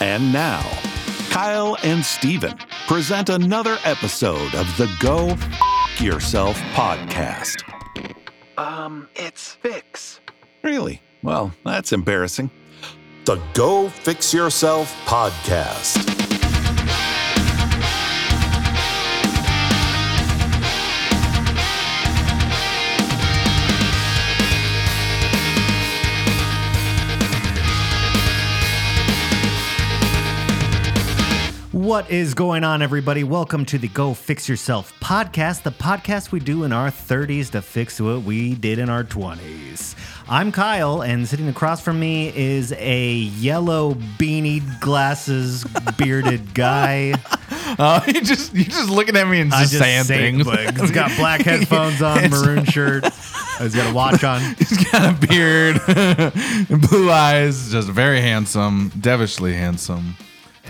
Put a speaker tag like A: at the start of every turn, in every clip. A: And now, Kyle and Steven present another episode of the Go F- Yourself podcast.
B: Um, it's Fix.
A: Really? Well, that's embarrassing. The Go Fix Yourself podcast.
C: What is going on, everybody? Welcome to the Go Fix Yourself podcast, the podcast we do in our 30s to fix what we did in our 20s. I'm Kyle, and sitting across from me is a yellow beanie, glasses, bearded guy.
D: Uh, you just you just looking at me and just, saying things.
C: but He's got black headphones on, maroon shirt. He's got a watch on.
D: He's got a beard, and blue eyes, just very handsome, devishly handsome,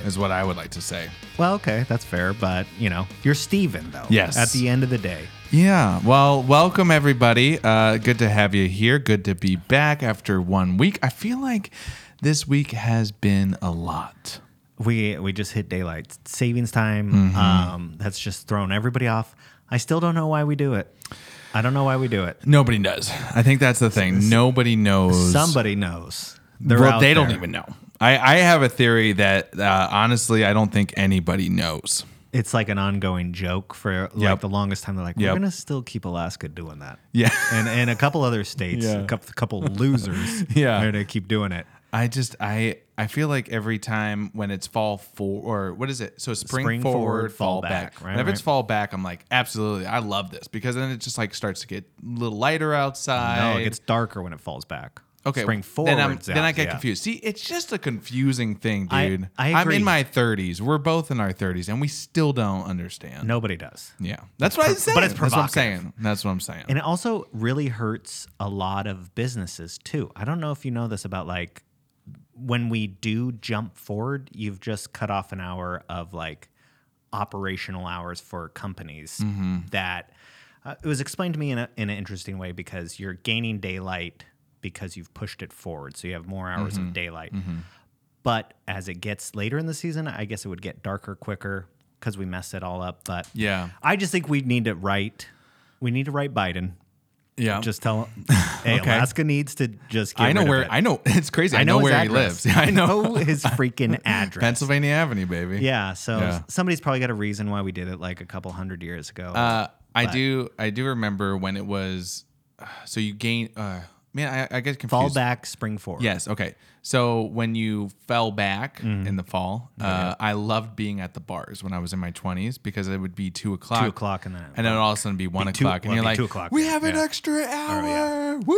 D: is what I would like to say.
C: Well, okay, that's fair, but you know, you're Steven, though.
D: Yes.
C: At the end of the day.
D: Yeah. Well, welcome everybody. Uh, good to have you here. Good to be back after one week. I feel like this week has been a lot.
C: we we just hit daylight savings time.
D: Mm-hmm.
C: Um, that's just thrown everybody off. I still don't know why we do it. I don't know why we do it.
D: Nobody knows. I think that's the thing. Nobody knows.
C: Somebody knows. They're
D: well,
C: out
D: they don't
C: there.
D: even know. I, I have a theory that uh, honestly, I don't think anybody knows.
C: It's like an ongoing joke for like
D: Yep.
C: the longest time. They're like,
D: Yep.
C: we're gonna still keep Alaska doing that.
D: Yeah.
C: and and a couple other states,
D: Yeah.
C: a couple, couple losers,
D: Yeah.
C: are gonna keep doing it.
D: I just I I feel like every time when it's fall for or what is it? So spring,
C: Spring
D: forward,
C: forward,
D: fall
C: fall
D: back.
C: back, right,
D: Whenever it's
C: right.
D: fall back, I'm like, absolutely, I love this because then it just like starts to get a little lighter outside.
C: No, it gets darker when it falls back.
D: okay.
C: spring forward.
D: Then, I'm, then I get confused. See, it's just a confusing thing,
C: I-
D: dude.
C: I
D: am
C: agree.
D: in my 30s. We're both in our 30s, and we still don't understand.
C: Nobody does.
D: Yeah, that's what I'm saying.
C: but it's
D: That's what I'm
C: provocative.
D: saying. That's what I'm saying.
C: And it also really hurts a lot of businesses too. I don't know if you know this about like when we do jump forward, you've just cut off an hour of like operational hours for companies that uh, it was explained to me in, a, in an interesting way because you're gaining daylight because you've pushed it forward. So you have more hours of daylight. But as it gets later in the season, I guess it would get darker quicker because we messed it all up. But
D: yeah,
C: I just think we need to write. We need to write Biden.
D: yeah.
C: Just tell him. Hey,
D: Okay.
C: Alaska needs to just. Get
D: I know
C: rid of
D: where
C: it.
D: I know. It's crazy. I, know,
C: his
D: where
C: address.
D: he lives. I know
C: his freaking address.
D: Pennsylvania Avenue, baby.
C: Yeah. So
D: Yeah.
C: somebody's probably got a reason why we did it like a couple hundred years ago.
D: Uh, I do. I do remember when it was. So you gain. Uh, man, I, I get confused.
C: Fall back, spring forward.
D: Yes. Okay. So when you fell back
C: Mm-hmm.
D: in the fall, uh, I loved being at the bars when I was in my twenties because it would be two o'clock.
C: Two o'clock in the.
D: And then it would all of a sudden be one
C: two-
D: o'clock,
C: well,
D: and
C: it'd
D: you're
C: be
D: like,
C: two o'clock,
D: "We
C: yeah,
D: have an
C: yeah. Oh,
D: extra hour."
C: yeah.
D: Woo!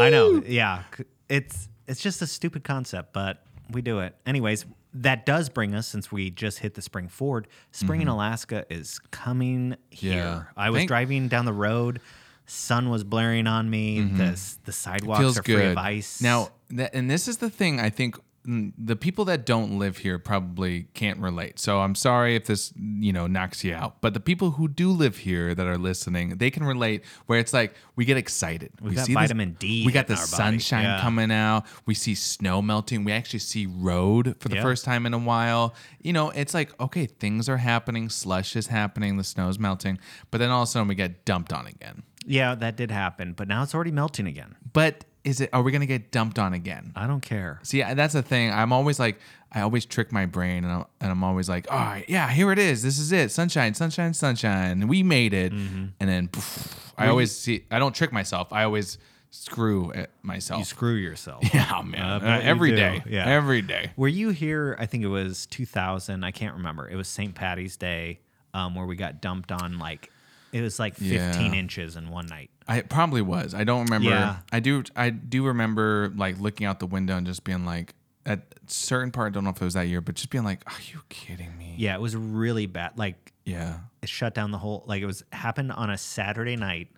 C: I know. Yeah. C- It's it's just a stupid concept, but we do it. Anyways, that does bring us since we just hit the spring forward. Spring in Alaska is coming here.
D: Mm-hmm. Yeah.
C: I was
D: Thank-
C: driving down the road, sun was blaring on me. This the sidewalks
D: Mm-hmm. feels
C: are
D: good.
C: free of ice.
D: Now, that, and this is the thing I think mm, the people that don't live here probably can't relate. So I'm sorry if this, you know, knocks you out. But the people who do live here that are listening, they can relate where it's like we get excited. We,
C: got
D: see
C: vitamin D
D: We got the
C: hitting our body.
D: sunshine
C: Yeah.
D: coming out. We see snow melting. We actually see road for the
C: Yeah.
D: first time in a while. You know, it's like, okay, things are happening, slush is happening, the snow's melting, but then all of a sudden we get dumped on again.
C: yeah, that did happen, but now it's already melting again.
D: But is it are we gonna get dumped on again?
C: I don't care.
D: See, I- that's the thing. I'm always like, I always trick my brain, and I'm, and I'm always like, all right, yeah, here it is. This is it. Sunshine, sunshine, sunshine. We made it.
C: Mm-hmm.
D: And then poof, I always see. I don't trick myself. I always screw it myself.
C: You screw yourself.
D: yeah,
C: I
D: man.
C: bet
D: Uh,
C: you
D: every
C: do.
D: day.
C: Yeah.
D: Every day.
C: Were you here? I think it was 2000. I can't remember. It was St. Patty's Day, um, where we got dumped on like it was like 15
D: Yeah.
C: inches in one night.
D: I it probably was. I don't remember.
C: Yeah.
D: I do. I do remember like looking out the window and just being like, at certain part. I don't know if it was that year, but just being like, are you kidding me?
C: Yeah, it was really bad. Like
D: Yeah.
C: it shut down the whole. Like it was happened on a Saturday night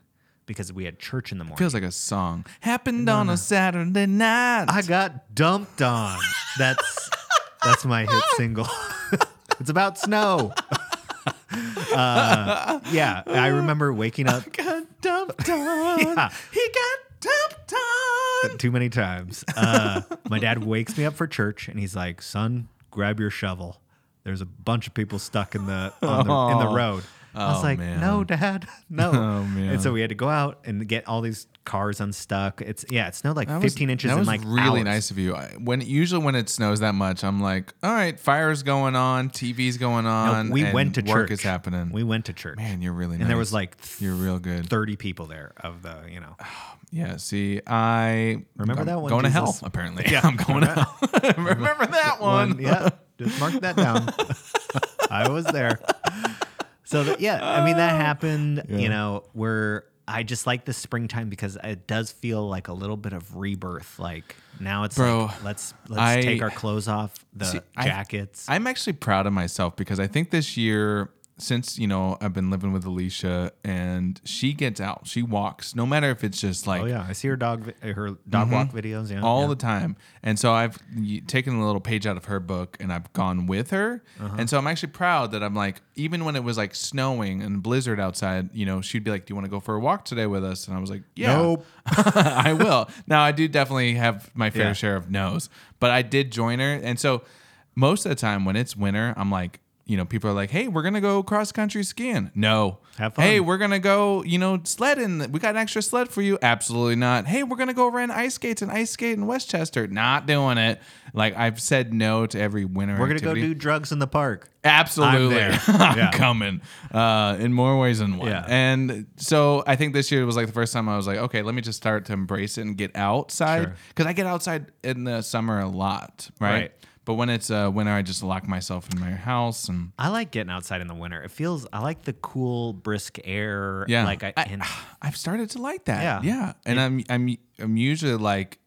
C: because we had church in the morning.
D: Feels like a song. Happened on a Saturday night.
C: I got dumped on. That's that's my hit single. it's about snow. uh, yeah, I remember waking up
D: got dumped on.
C: Yeah.
D: He got dumped on.
C: too many times. Uh, my dad wakes me up for church and he's like, "Son, grab your shovel. There's a bunch of people stuck in the, on the in the road. I was
D: Oh,
C: like, no,
D: man.
C: Dad, no.
D: Oh, man.
C: And so we had to go out and get all these cars unstuck. It's yeah, it snowed like
D: That was-
C: 15 inches
D: That
C: in
D: was
C: like
D: really
C: hours.
D: nice of you. I- When usually when it snows that much, I'm like, all right, fire's going on, TV's going
C: No,
D: on.
C: we
D: and
C: went to
D: work
C: church.
D: is happening.
C: We went to church.
D: Man, you're really
C: and
D: nice.
C: there was like
D: you're real good.
C: 30 people there of the you know.
D: Yeah. See, I
C: Remember
D: I'm
C: that one,
D: Going to hell
C: Jesus?
D: apparently. Yeah, I'm going to hell. Remember that one?
C: Yeah, just mark that down. I was there. So that, yeah, I mean
D: Oh.
C: that happened. You know, where I just like the springtime because it does feel like a little bit of rebirth. Like now it's
D: Bro,
C: like let's let's
D: I-
C: take our clothes off, the
D: See, I-
C: jackets.
D: I'm actually proud of myself because I think this year, since you know, I've been living with Alicia and she gets out, she walks, no matter if it's just like
C: oh yeah, I see her dog vi- her dog walk videos. Yeah,
D: Mm-hmm. all
C: yeah.
D: the time. And so I've y- taken a little page out of her book and I've gone with her.
C: Uh-huh.
D: And so I'm actually proud that I'm like, even when it was like snowing and blizzard outside, you know, she'd be like, Do you want to go for a walk today with us? And I was like, Yeah,
C: Nope.
D: I will. Now, I do definitely have my fair
C: Yeah.
D: share of no's, but I did join her. And so most of the time when it's winter, I'm like, you know, people are like, "Hey, we're gonna go cross country skiing." No.
C: Have fun.
D: Hey, we're gonna go, you know, sledding. We got an extra sled for you. Absolutely not. Hey, we're gonna go rent ice skates and ice skate in Westchester. Not doing it. Like I've said no to every winter.
C: We're gonna
D: activity.
C: go do drugs in the park.
D: Absolutely.
C: I'm
D: I'm,
C: there. Yeah.
D: coming uh, in more ways than one.
C: Yeah.
D: And so I think this year was like the first time I was like, okay, let me just start to embrace it and get outside. Because I get outside in the summer a lot, right?
C: Right.
D: But when it's uh, winter, I just lock myself in my house and
C: I like getting outside in the winter. It feels I like the cool, brisk air.
D: yeah,
C: like I, and
D: I've started to like that.
C: Yeah.
D: yeah. And I'm I'm I'm usually like,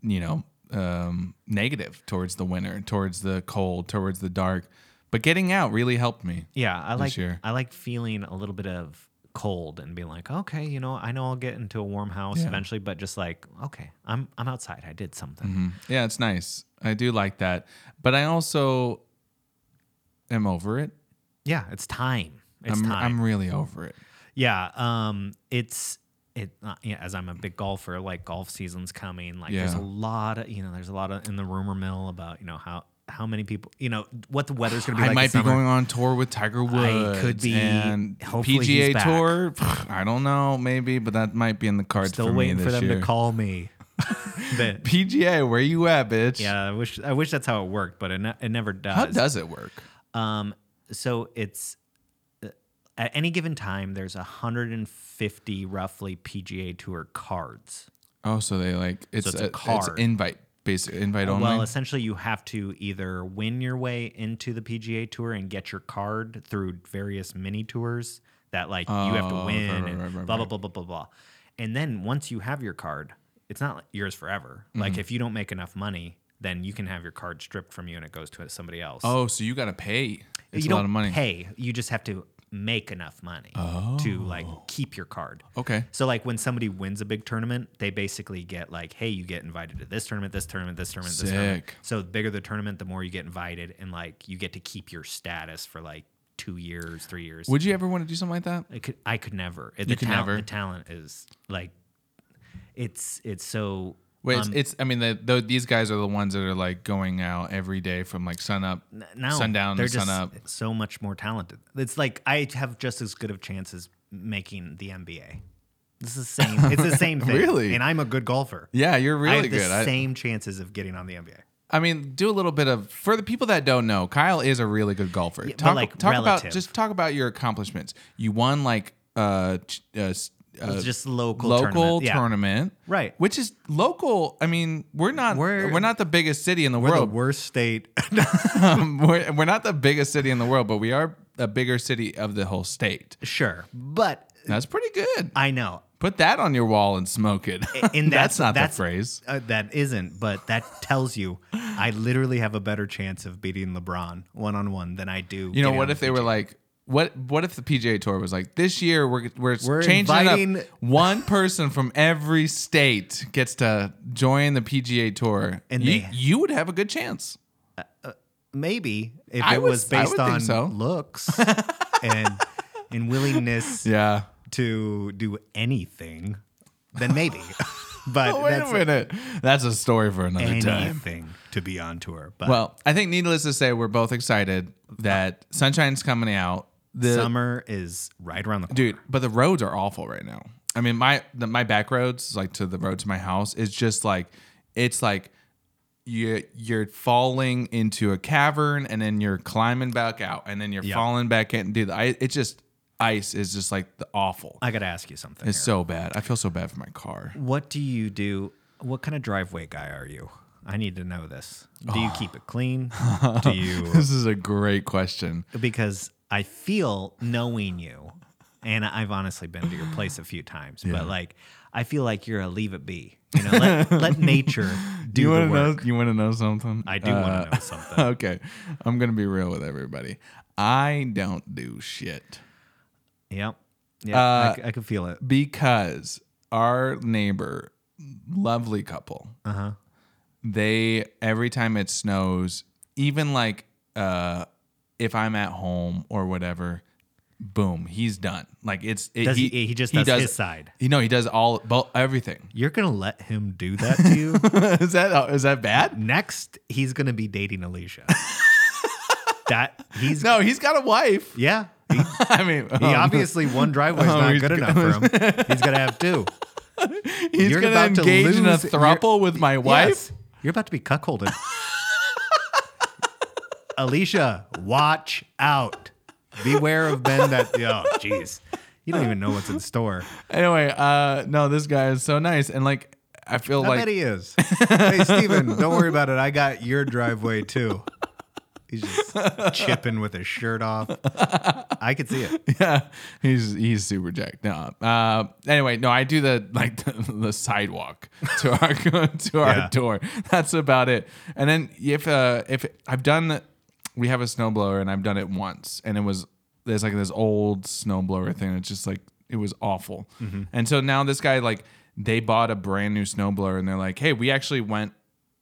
D: you know, um, negative towards the winter, towards the cold, towards the dark. But getting out really helped me.
C: Yeah, I like
D: year.
C: I like feeling a little bit of cold and being like, okay, you know, I know I'll get into a warm house eventually, but just like, okay, I'm I'm outside. I did something.
D: Mm. Mm-hmm. Yeah, it's nice. I do like that. But I also am over it.
C: Yeah, it's time. It's
D: I'm,
C: time.
D: I'm really over it.
C: yeah, um, it's it. Uh, yeah, as I'm a big golfer, like golf season's coming. Like there's a
D: Yeah.
C: lot of you know, there's a lot of in the rumor mill about you know how how many people you know what the weather's gonna be.
D: I
C: like
D: might be
C: this summer.
D: going on tour with Tiger Woods.
C: could be.
D: And
C: Hopefully he's
D: PGA
C: back.
D: Tour. I don't know. Maybe, but that might be in the cards
C: Still
D: for
C: waiting
D: me
C: for
D: this
C: them
D: year.
C: to call me. But-
D: PGA, where you at, bitch?
C: yeah, I wish I wish that's how it worked, but it, ne- it never does.
D: How does it work?
C: Um, so it's uh, at any given time, there's 150 roughly PGA Tour cards.
D: Oh, so they like it's,
C: it's a
D: a,
C: card.
D: It's invite, basically invite only.
C: Uh, Well, essentially, you have to either win your way into the PGA Tour and get your card through various mini tours that like you have to
D: Oh,
C: win
D: right, right,
C: and
D: right, right,
C: blah blah
D: right.
C: blah blah blah blah. And then once you have your card, it's not like yours forever.
D: Mm-hmm.
C: Like if you don't make enough money, then you can have your card stripped from you and it goes to somebody else.
D: oh, so you got to pay. It's
C: you
D: a
C: don't
D: lot of money.
C: pay. You just have to make enough money to
D: Oh.
C: like keep your card.
D: Okay.
C: So like when somebody wins a big tournament, they basically get like, hey, you get invited to this tournament, this tournament, this tournament, this tournament.
D: Sick.
C: So the bigger the tournament, the more you get invited, and like you get to keep your status for like two years, three years.
D: Would you ever want to do something like that?
C: I could I could never. The
D: You could
C: talent,
D: never?
C: The talent is like, it's it's so.
D: Wait,
C: Um,
D: it's, it's I mean, the, the, these guys are the ones that are like going out every day from like sun up,
C: No,
D: sundown
C: they're
D: to sun
C: just
D: up.
C: so much more talented. It's like I have just as good of chances making the NBA. It's the same. It's the same thing.
D: Really?
C: and I'm a good golfer.
D: Yeah, you're
C: I
D: really
C: have
D: good.
C: the
D: I,
C: same chances of getting on the NBA.
D: I mean, do a little bit of for the people that don't know, Kyle is a really good golfer. talk
C: like,
D: talk
C: relative.
D: about just talk about your accomplishments. You won like uh, ch- uh s- uh,
C: It's just local,
D: local
C: tournament.
D: tournament,
C: Yeah. Right.
D: Which is local. I mean, we're not
C: We're-
D: we're, not the biggest city in the
C: We're the
D: world.
C: worst state.
D: we're, we're not the biggest city in the world, but we are a bigger city of the whole state.
C: sure, but
D: That's pretty good.
C: I know
D: Put that on your wall and smoke it.
C: in that-
D: that's not
C: that's-
D: the phrase.
C: uh, that isn't, but that tells you I literally have a better chance of beating LeBron one on one than I do.
D: You know, what if they were like, what what if the PGA Tour was like, this year we're we're,
C: We're
D: changing it
C: inviting-
D: up. One person from every state gets to join the PGA Tour,
C: And
D: and you,
C: they-
D: you would have a good chance.
C: maybe if
D: I
C: it
D: would-
C: was
D: I
C: based
D: would think
C: on
D: so.
C: looks and and willingness
D: Yeah.
C: to do anything, then maybe. but
D: Oh, wait
C: that's
D: a minute. That's a story for another time.
C: anything. to be on tour. But
D: Well, I think needless to say, we're both excited that Sunshine's coming out. The
C: summer is right around the corner.
D: dude, but the roads are awful right now. I mean, my the, my back roads, like to the road to my house, is just like it's like you you're falling into a cavern and then you're climbing back out and then you're
C: Yeah.
D: falling back in. Dude, I it's just ice is just like the awful.
C: I got to ask you something.
D: It's
C: here.
D: so bad. I feel so bad for my car.
C: What do you do? What kind of driveway guy are you? I need to know this. Do
D: Oh.
C: you keep it clean? Do you?
D: This is a great question.
C: Because I feel knowing you, and I've honestly been to your place a few times, but like I feel like you're a leave it be. You know, let, let nature do
D: you
C: the
D: want to know? Uh,
C: work.
D: You want to know something?
C: I do want to know something.
D: okay, I'm gonna be real with everybody. I don't do shit
C: Yep. Yeah,
D: Uh,
C: I, c- I can feel it.
D: because our neighbor, lovely couple, uh-huh. they every time it snows, even like uh, if I'm at home or whatever, boom, he's done. Like it's it,
C: Does he, he, just does, his side.
D: You know, he does all both everything.
C: You're gonna let him do that to you.
D: is that is that bad?
C: Next, he's gonna be dating Alicia. that he's
D: No, he's got a wife.
C: yeah. He, he
D: I mean, um,
C: obviously one driveway's
D: oh,
C: not
D: he's
C: good enough for him. He's gonna have two.
D: He's
C: You're
D: gonna
C: about to
D: engage in a
C: lose your-
D: throuple with my wife.
C: Yes, you're about to be cuckolded. Alicia, watch out. Beware of men that oh jeez. You don't even know what's in store.
D: Anyway, uh, no, this guy is so nice, and like, I feel
C: I bet
D: like
C: he is. hey, Steven, don't worry about it. I got your driveway too. He's just chipping with his shirt off. I could see it.
D: yeah, he's he's super jacked. No, uh, anyway, no, I do the like the, the sidewalk to our to our
C: Yeah.
D: door. That's about it. And then if uh, if I've done, we have a snowblower, and I've done it once, and it was there's like this old snowblower thing. It's just like it was awful. And so now this guy like they bought a brand new snowblower, and they're like, hey, we actually went.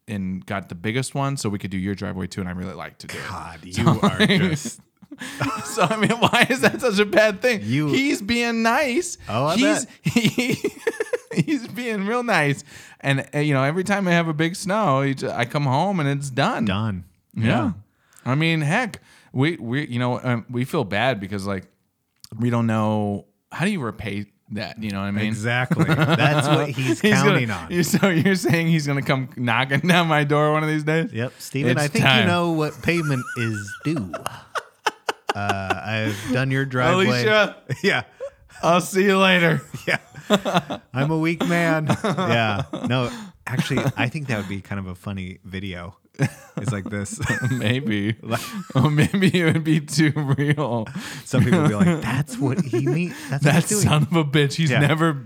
D: And got the biggest one, so we could do your driveway too. And I really like to do. it.
C: God, you are just
D: So I mean, why is that such a bad thing?
C: You-
D: he's being nice.
C: Oh, I
D: he's He, he's being real nice, and uh, you know, every time I have a big snow, you ju- I come home and it's done.
C: done.
D: Yeah. I mean, heck, we we you know um, we feel bad because like we don't know how do you repay that. You know what I mean?
C: Exactly. That's what he's,
D: He's
C: counting
D: gonna,
C: on.
D: you- So you're saying he's gonna come knocking down my door one of these days?
C: Yep, Steven,
D: It's
C: I think you
D: time.
C: know what payment is due. Uh, I've done your driveway.
D: Alicia,
C: Yeah.
D: I'll see you later.
C: I'm a weak man. Yeah. No, actually, I think that would be kind of a funny video. It's like this.
D: Maybe. or maybe it would be too real.
C: Some people be like, "That's what he means. That's what
D: That
C: he's doing."
D: son of a bitch. He's
C: Yeah.
D: never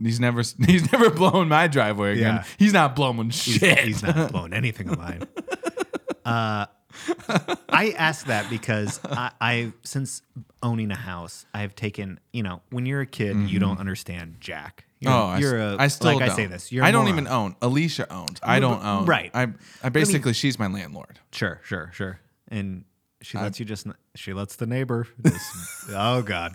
D: he's never he's never blown my driveway again.
C: Yeah.
D: He's not blowing shit.
C: He's not blowing anything of mine. Uh, I ask that because I, I, since owning a house, I've taken. You know, when you're a kid, you don't understand jack. You're,
D: Mm-hmm. Oh,
C: you're
D: I,
C: a.
D: s- I still
C: like
D: don't.
C: I say this. You're a
D: I don't
C: moron.
D: even own. Alicia owns. I don't own.
C: right.
D: I, I basically she's my landlord.
C: Sure, sure, sure. And she lets you just. She lets the neighbor. Just, oh God.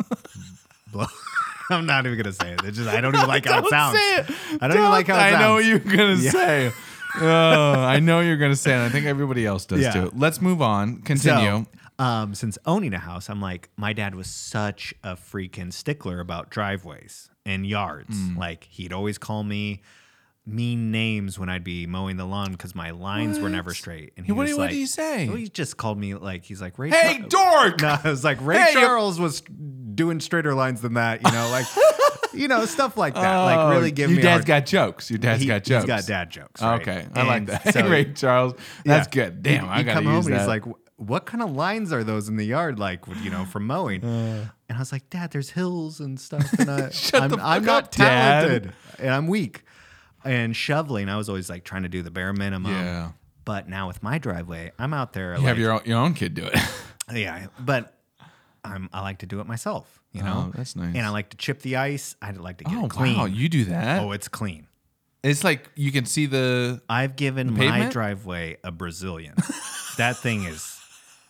C: Blow. I'm not even gonna say it. It's just I don't even like how it sounds.
D: say it.
C: I don't, even like how it
D: I
C: sounds.
D: know what you're gonna say. oh, I know you're gonna say, it. I think everybody else does
C: Yeah.
D: too. Let's move on.
C: So,
D: Continue.
C: um, since owning a house, I'm like, my dad was such a freaking stickler about driveways and yards.
D: Mm.
C: Like, he'd always call me mean names when I'd be mowing the lawn because my lines were never straight. And he
D: What
C: was
D: do- what
C: like,
D: do you say?
C: Well, he just called me like, he's like, Ray.
D: hey,
C: Char-
D: dork.
C: No, I was like, Ray
D: Hey, you-
C: Charles was doing straighter lines than that, you know, like, you know, stuff like that. like, really give
D: Oh,
C: me.
D: your
C: a
D: dad's
C: hard-
D: got jokes. Your dad's
C: He-
D: got jokes.
C: He's got dad jokes. right?
D: Okay, I like
C: And
D: that.
C: so-
D: Ray Charles, that's
C: Yeah.
D: good. Damn,
C: He'd-
D: I
C: he'd
D: gotta
C: come
D: use
C: home
D: that.
C: and he's like, "Wh- "What kind of lines are those in the yard? Like, w- you know, from mowing?" and I was like, "Dad, there's hills and stuff, and I,
D: Uh. Shut
C: I'm,
D: the
C: I'm
D: fuck
C: not
D: up, Dad."
C: talented, and I'm weak." And shoveling, I was always like trying to do the bare minimum.
D: Yeah.
C: But now with my driveway, I'm out there.
D: you
C: like,
D: have your own, your own kid do it.
C: yeah, but I'm I like to do it myself. You know,
D: Oh, that's nice.
C: And I like to chip the ice. I like to get
D: oh
C: it clean.
D: wow, you do that?
C: oh, it's clean.
D: it's like you can see the.
C: I've given my
D: pavement?
C: driveway a Brazilian. that thing is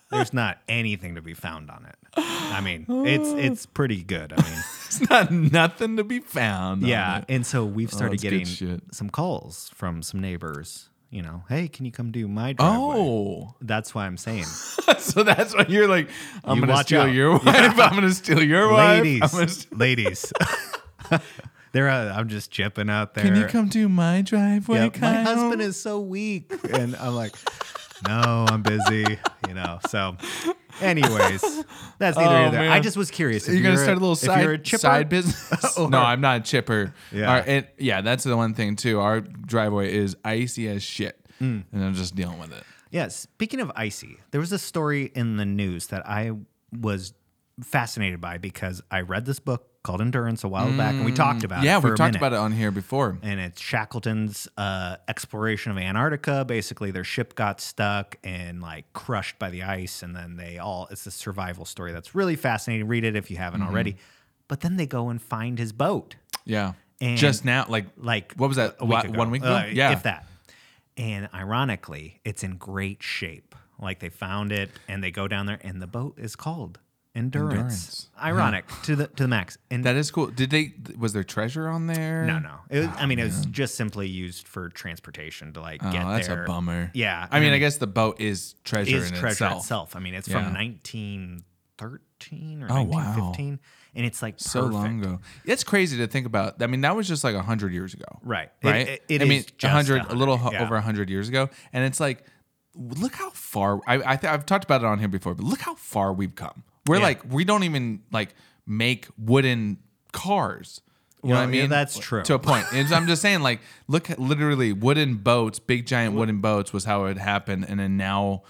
C: there's not anything to be found on it. I mean, it's
D: Oh.
C: it's pretty good. I mean,
D: It's not nothing to be found. on
C: yeah.
D: it.
C: And so we've started
D: Oh, that's good
C: getting
D: shit.
C: some calls from some neighbors you know, hey, can you come do my driveway?
D: Oh,
C: That's why I'm saying,
D: so that's why you're like, I'm
C: You
D: gonna
C: watch
D: steal
C: out.
D: your wife. I'm gonna steal your wife. I'm gonna
C: ladies,
D: steal-
C: ladies. They're, uh, I'm just chipping out there.
D: Can you come to my driveway?
C: Yeah, my
D: Kyle?
C: husband is so weak, and I'm like, no, I'm busy. You know, so. Anyways, that's neither
D: Oh,
C: here nor there. I
D: man.
C: just was curious. if
D: You're gonna
C: a-
D: start a little
C: if
D: side
C: you're a chipper-
D: side business. no, I'm not a chipper.
C: Yeah.
D: Our- and- yeah, that's the one thing too. Our driveway is icy as shit,
C: Mm.
D: and I'm just dealing with it.
C: Yeah, speaking of icy, there was a story in the news that I was fascinated by because I read this book called Endurance a while back, and we talked about it.
D: Mm, yeah,
C: for
D: we've
C: a
D: talked
C: minute.
D: about it on here before.
C: and it's Shackleton's uh, exploration of Antarctica. Basically, their ship got stuck and like crushed by the ice, and then they all. It's a survival story that's really fascinating. Read it if you haven't
D: Mm-hmm.
C: already. But then they go and find his boat,
D: Yeah,
C: And-
D: just now, like
C: like
D: what was that?
C: a week
D: Wa-
C: ago.
D: One week ago?
C: Uh,
D: yeah,
C: if that. And ironically, it's in great shape. Like they found it, and they go down there, and the boat is called Endurance.
D: Endurance.
C: Ironic to the to the max. And
D: that is cool. Did they? Was there treasure on there?
C: no, no. It was, I mean, it was just simply used for transportation to like
D: Oh,
C: get
D: that's
C: there.
D: a bummer.
C: Yeah,
D: I mean, I guess the boat is
C: it
D: treasure
C: is
D: in
C: treasure itself.
D: itself.
C: I mean, it's
D: Yeah.
C: from 1913 or
D: Oh, wow.
C: 1915, and it's like
D: So long
C: perfect.
D: ago. It's crazy to think about. I mean, that was just like hundred years ago.
C: Right. It-
D: right?
C: it- it
D: I mean,
C: is just
D: a hundred, a little ho-
C: 100, yeah.
D: over a hundred years ago, and it's like, w- look how far. I, I th- I've talked about it on here before, but look how far we've come. We're
C: Yeah.
D: like, we don't even like make wooden cars. You know
C: Well,
D: what I
C: yeah,
D: mean?
C: that's true.
D: To a point. And I'm just saying, like, look, at literally, wooden boats, big giant wooden boats, was how it happened, and then now.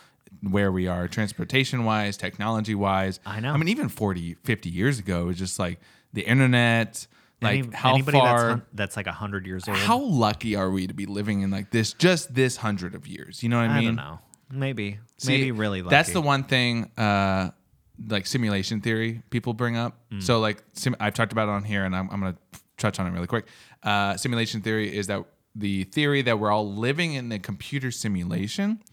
D: Where we are, transportation wise, technology wise.
C: I know.
D: I mean, even 40, 50 years ago, it was just like the internet, like
C: Any-
D: how
C: anybody
D: far
C: that's, hun- that's like 100 years old.
D: how lucky are we to be living in like this just this hundred of years you know what i
C: I
D: mean
C: don't know. Maybe.
D: See,
C: maybe really lucky.
D: that's the one thing uh like simulation theory people bring up so like sim- i've talked about it on here and i'm, I'm gonna touch on it really quick uh simulation theory is that the theory that we're all living in a computer simulation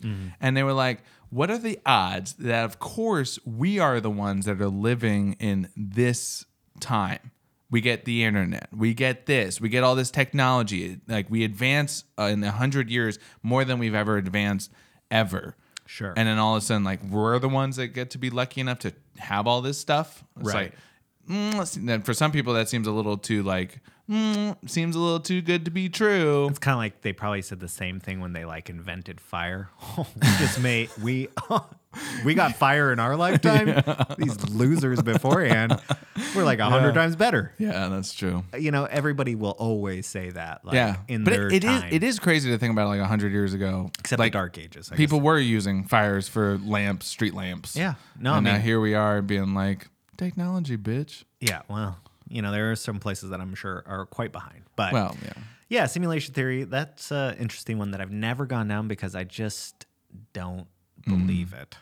D: and they were like what are the odds that of course we are the ones that are living in this time we get the internet we get this we get all this technology like we advance uh, in 100 years more than we've ever advanced ever
C: Sure.
D: and then all of a sudden like we're the ones that get to be lucky enough to have all this stuff it's
C: Right.
D: like mm, let's- then for some people that seems a little too like mm, seems a little too good to be true
C: It's kind of like they probably said the same thing when they like invented fire. Oh, we just made we we got fire in our lifetime. These losers beforehand were like a hundred times better.
D: yeah that's true
C: You know, everybody will always say that. Like,
D: yeah
C: in
D: but
C: their
D: it, it is
C: time,
D: it is crazy to think about like 100 years ago
C: except
D: like
C: the Dark Ages. I guess.
D: people were using fires for lamps street lamps
C: Yeah. No, I
D: and now
C: mean-
D: here we are being like technology bitch
C: yeah. Well, you know, there are some places that I'm sure are quite behind. But
D: well yeah
C: yeah, simulation theory. That's an interesting one that I've never gone down because I just don't
D: Mm.
C: believe it.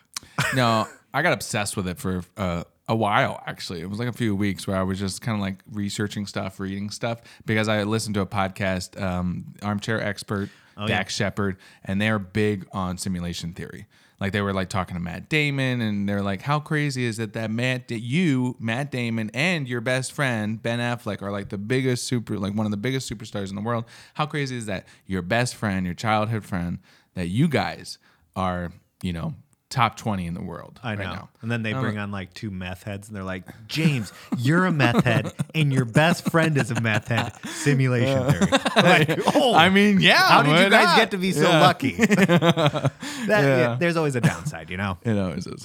D: no, I got obsessed with it for uh, a while. Actually, it was like a few weeks where I was just kind of like researching stuff, reading stuff, because I listened to a podcast, um, Armchair Expert, Dax Shepard, and they're big on simulation theory. Like they were like talking to Matt Damon, and they're like, "How crazy is it that Matt, that you, Matt Damon, and your best friend Ben Affleck are like the biggest super, like one of the biggest superstars in the world? How crazy is that your best friend, your childhood friend, that you guys are, you know, top 20 in the world
C: I
D: right
C: know.
D: now.
C: And then they bring on like two meth heads and they're like, James, you're a meth head and your best friend is a meth head. Simulation theory. Like, oh,
D: I mean, yeah.
C: how did
D: why
C: you guys
D: not?
C: get to be so
D: Yeah.
C: lucky? that, yeah, there's always a downside, you know?
D: It always is.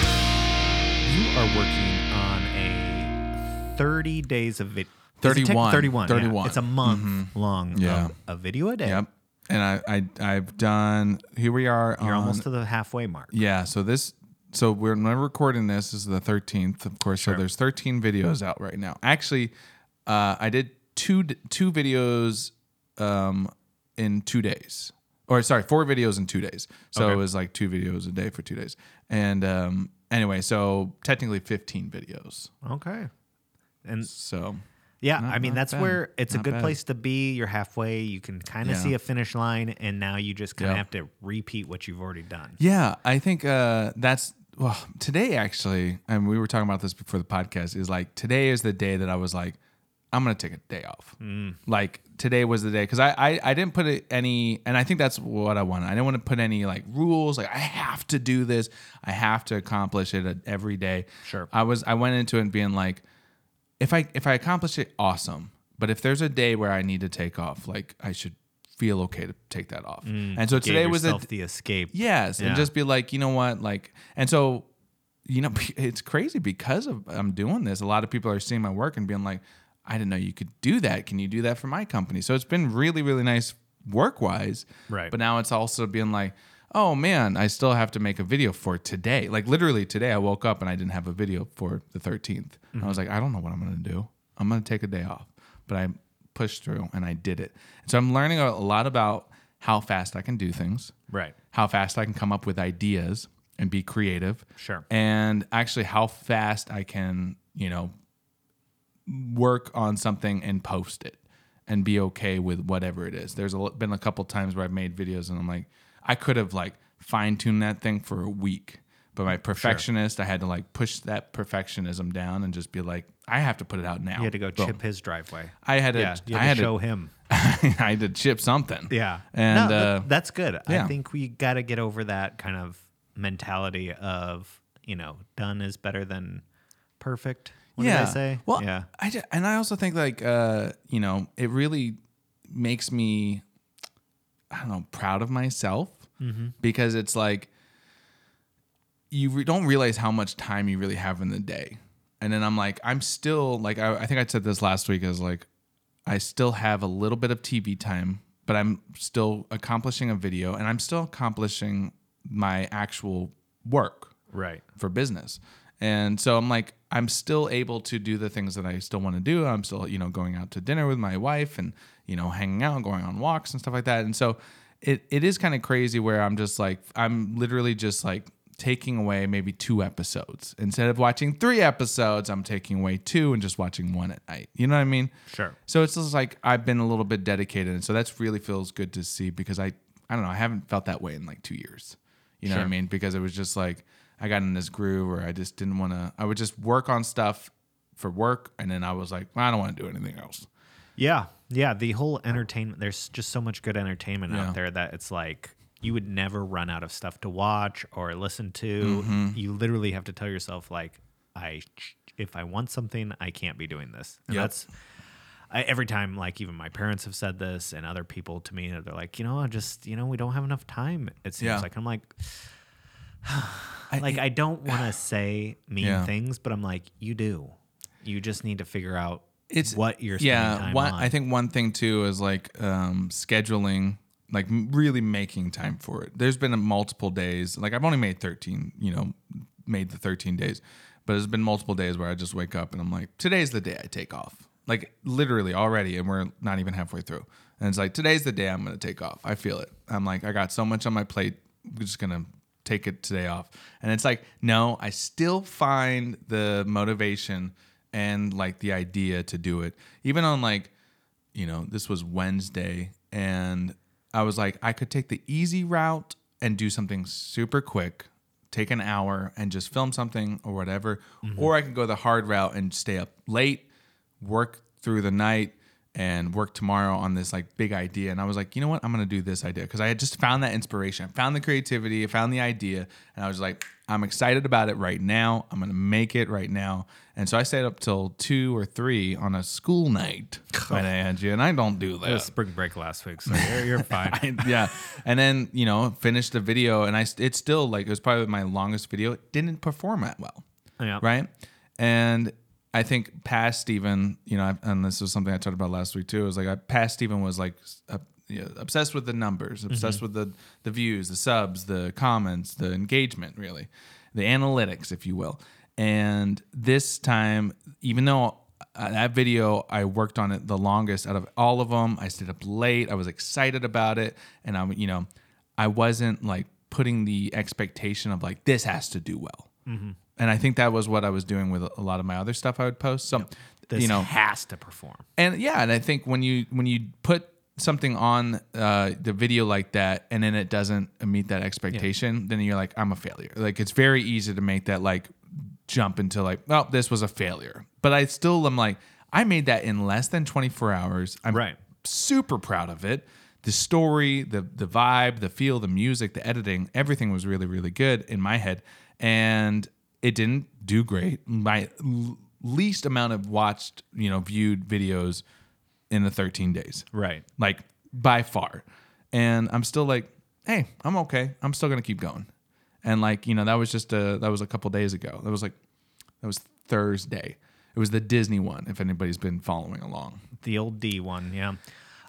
C: You are working on a 30 days of video.
D: 31.
C: 31. yeah.
D: 31.
C: It's a month long
D: Mm-hmm. Yeah.
C: of, of video a day.
D: Yep. And I, I, I've done, here we are.
C: You're
D: on-
C: almost to the halfway mark.
D: Yeah. So this, so we're, when we're recording this, this is the 13th, of course. So there's 13 videos out right now. Actually, uh, I did two, d- two videos um, in two days. Or sorry, four videos in two days. So it was like two videos a day for two days. And um, anyway, so technically 15 videos.
C: Okay. And
D: So
C: Yeah, I mean
D: not
C: that's
D: bad.
C: where it's a
D: Not
C: good
D: bad.
C: place to be. You're halfway. You can kind of
D: Yeah.
C: see a finish line, and now you just kind of
D: Yeah.
C: have to repeat what you've already done.
D: Yeah, I think uh, that's well today actually, and we were talking about this before the podcast. Is like today is the day that I was like, I'm gonna take a day off.
C: Mm.
D: Like today was the day because I, I I didn't put it any, and I think that's what I wanted. I didn't want to put any like rules. Like I have to do this. I have to accomplish it at- every day.
C: Sure.
D: I was I went into it being like, if I if I accomplish it, awesome. But if there's a day where I need to take off, like I should feel okay to take that off. and so
C: Gave
D: today was a
C: Mm. yourself the escape.
D: Yes,
C: Yeah.
D: and just be like, you know what, like, and so, you know, it's crazy because of I'm doing this. A lot of people are seeing my work and being like, I didn't know you could do that. Can you do that for my company? So it's been really, really nice work wise.
C: Right.
D: But now it's also being like, oh man, I still have to make a video for today. Like literally today, I woke up and I didn't have a video for the 13th. And I
C: Mm-hmm.
D: was like, I don't know what I'm gonna do. I'm gonna take a day off, but I pushed through and I did it. So I'm learning a a lot about how fast I can do things
C: Right.
D: how fast I can come up with ideas and be creative.
C: Sure.
D: And actually how fast I can, you know, work on something and post it and be okay with whatever it is. There's a, l- been a couple times where I've made videos and I'm like, I could have like fine tuned that thing for a week, but my perfectionist, I had to like push that perfectionism down and just be like, I have to put it out now.
C: You had to go
D: Boom.
C: chip his driveway.
D: I had to,
C: Yeah. You
D: I
C: had
D: had
C: to show
D: to,
C: him.
D: I had to chip something.
C: Yeah.
D: And,
C: No,
D: uh,
C: that- that's good. I
D: yeah.
C: think we got to get over that kind of mentality of, you know, done is better than perfect. What
D: yeah.
C: did I say?
D: Well,
C: yeah.
D: I ju- and I also think like uh, you know, it really makes me I don't know proud of myself
C: Mm-hmm.
D: because it's like you re- don't realize how much time you really have in the day, and then I'm like I'm still like I, I think I said this last week is like I still have a little bit of TV time, but I'm still accomplishing a video and I'm still accomplishing my actual work
C: Right.
D: for business. And so I'm like, I'm still able to do the things that I still want to do. I'm still, you know, going out to dinner with my wife and, you know, hanging out, going on walks and stuff like that. And so it, it is kind of crazy where I'm just like, I'm literally just like taking away maybe two episodes. Instead of watching three episodes, I'm taking away two and just watching one at night. You know what I mean?
C: Sure.
D: So it's just like I've been a little bit dedicated, and so that's really feels good to see because I I don't know I haven't felt that way in like two years. You know what I mean? Because it was just like I got in this groove where I just didn't want to. I would just work on stuff for work, and then I was like, well, I don't want to do anything else.
C: Yeah. Yeah. The whole entertainment, there's just so much good entertainment
D: Yeah.
C: out there that it's like you would never run out of stuff to watch or listen to.
D: Mm-hmm.
C: You literally have to tell yourself, like, I, if I want something, I can't be doing this. And
D: Yep.
C: that's, I, every time, like, even my parents have said this and other people to me, they're like, you know, I just, you know, we don't have enough time. It seems
D: Yeah.
C: like I'm like, like, I don't want to say mean
D: Yeah.
C: things, but I'm like, you do. You just need to figure out
D: It's
C: what you're spending
D: yeah.
C: time
D: One,
C: on.
D: I think one thing too is like um, scheduling, like m- really making time for it. There's been a multiple days. Like I've only made 13. You know, made the 13 days, but there's been multiple days where I just wake up and I'm like, today's the day I take off. Like literally already, and we're not even halfway through. And it's like today's the day I'm gonna take off. I feel it. I'm like I got so much on my plate. I'm just gonna take it today off. And it's like, no, I still find the motivation and like the idea to do it. Even on like, you know, this was Wednesday and I was like, I could take the easy route and do something super quick, take an hour and just film something or whatever. Or I could go the hard route and stay up late, work through the night and work tomorrow on this like big idea and i was like you know what i'm gonna do this idea because i had just found that inspiration i found the creativity i found the idea and i was like i'm excited about it right now i'm gonna make it right now and so i stayed up till two or three on a school night when i had you and i don't do that
C: It was spring break last week, so you're, you're fine.
D: yeah and then you know finished the video and i st- it's still like it was probably my longest video it didn't perform that well
C: Yeah.
D: right? And I think past Steven, you know, I- and this was something I talked about last week too. Is like I past Steven was like uh, you know, obsessed with the numbers, obsessed with the the views, the subs, the comments, the engagement, really, the analytics, if you will. And this time, even though uh, that video I worked on it the longest out of all of them, I stayed up late. I was excited about it, and I'm you know, I wasn't like putting the expectation of like this has to do well and I think that was what I was doing with a lot of my other stuff I would post. So,
C: This
D: you know,
C: has to perform.
D: and yeah, and I think when you when you put something on uh, the video like that, and then it doesn't meet that expectation, then you're like, I'm a failure. Like it's very easy to make that like jump into like, oh, this was a failure. But I still am like, I made that in less than 24 hours. I'm
C: Right.
D: super proud of it. The story, the the vibe, the feel, the music, the editing, everything was really really good in my head, and it didn't do great. My l- least amount of watched, you know, viewed videos in the 13 days
C: Right.
D: like by far. And I'm still like, hey, I'm okay. I'm still gonna keep going. And like, you know, that was just a that was a couple days ago. That was like that was Thursday. It was the Disney one, if anybody's been following along.
C: The old D one, yeah.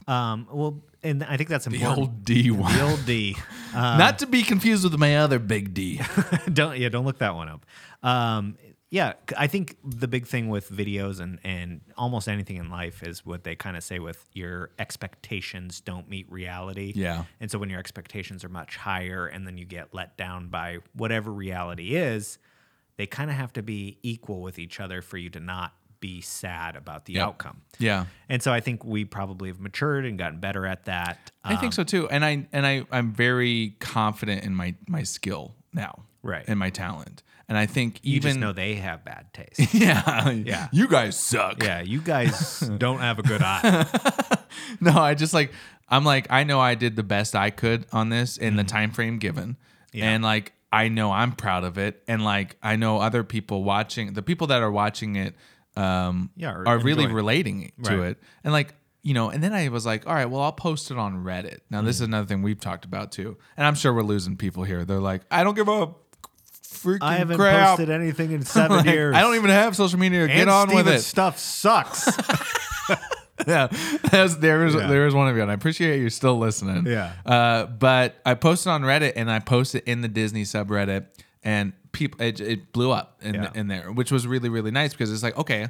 C: Um, well, and I think that's
D: The
C: important.
D: old D one.
C: The old D.
D: Not to be confused with my other big D.
C: don't yeah, don't look that one up. Um, yeah, c- I think the big thing with videos and and almost anything in life is what they kind of say with your expectations don't meet reality.
D: Yeah.
C: and so when your expectations are much higher, and then you get let down by whatever reality is, they kind of have to be equal with each other for you to not be sad about the
D: Yeah.
C: outcome.
D: yeah.
C: And so I think we probably have matured and gotten better at that.
D: I think so too. And I and I I'm very confident in my my skill now.
C: Right.
D: And my talent. And I think
C: you
D: even
C: just know they have bad taste.
D: yeah,
C: Yeah.
D: You guys suck.
C: yeah, you guys don't have a good eye.
D: no, I just like I'm like I know I did the best I could on this in
C: Mm-hmm.
D: the time frame given, and like I know I'm proud of it, and like I know other people watching the people that are watching it, um,
C: Yeah,
D: are,
C: are
D: really
C: enjoying it.
D: relating to
C: Right.
D: it, and like you know, and then I was like, all right, well I'll post it on Reddit. Now this is
C: Mm-hmm.
D: another thing we've talked about too, and I'm sure we're losing people here. They're like, I don't give a freaking
C: I haven't
D: crap.
C: posted anything in seven years.
D: I don't even have social media.
C: and
D: Get on with
C: Steven's
D: it.
C: Stuff sucks.
D: yeah, That's- there is
C: Yeah.
D: there is one of you, and I appreciate you're still listening.
C: Yeah.
D: Uh, but I posted on Reddit, and I posted in the Disney subreddit, and people it, it blew up in,
C: Yeah.
D: in there, which was really really nice because it's like okay,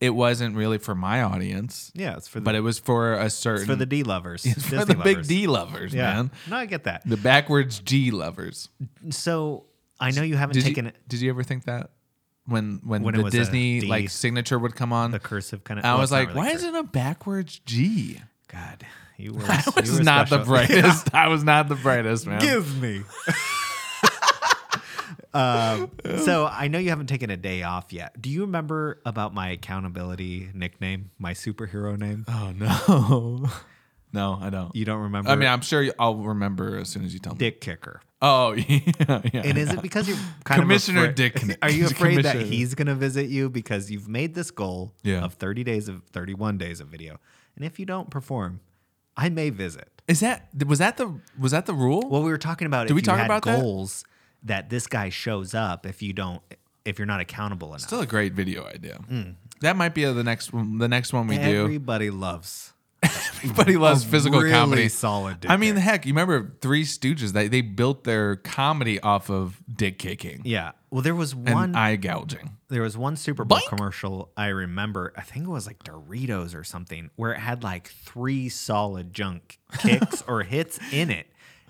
D: it wasn't really for my audience,
C: yeah, it's for the,
D: but it was for a
C: it's
D: certain
C: for the D lovers.
D: it's for the big D lovers,
C: Yeah.
D: man,
C: No, I get that.
D: the backwards G lovers.
C: So I know you haven't
D: Did
C: taken
D: you,
C: it,
D: did you ever think that? When, when,
C: When it
D: the
C: was a
D: Disney
C: D.
D: like signature would come on,
C: the cursive kind of.
D: I was like, "Why is it a backwards G?"
C: God, you were.
D: I
C: you
D: was
C: were
D: not
C: special.
D: the brightest. I was not the brightest, man.
C: Give me. um, so I know you haven't taken a day off yet. Do you remember about my accountability nickname, my superhero name?
D: Oh no, no, I don't.
C: You don't remember?
D: I mean, I'm sure I'll remember as soon as you tell me.
C: dick kicker.
D: Oh yeah, yeah.
C: And is it because you're kind
D: Commissioner
C: of afraid-
D: Dick-
C: Are you afraid that
D: Commissioner-
C: he's going to visit you because you've made this goal
D: Yeah.
C: of 30 days of 31 days of video, and if you don't perform, I may visit.
D: Is that was that the was that the rule?
C: Well, we were talking about
D: Did
C: if
D: we
C: you
D: talk
C: had
D: about that?
C: goals that? this guy shows up if you don't if you're not accountable enough.
D: still a great video idea. That might be the next one- the next one we do.
C: Hmm. Everybody loves
D: Everybody loves
C: a
D: physical
C: really
D: comedy.
C: Solid. Dick
D: I mean,
C: kick.
D: heck, you remember Three Stooges? They they built their comedy off of dick kicking
C: yeah. Well, there was
D: and
C: one.
D: eye gouging.
C: there was one Super Bowl
D: Boink.
C: commercial I remember. I think it was like Doritos or something, where it had like three solid junk kicks or hits in it.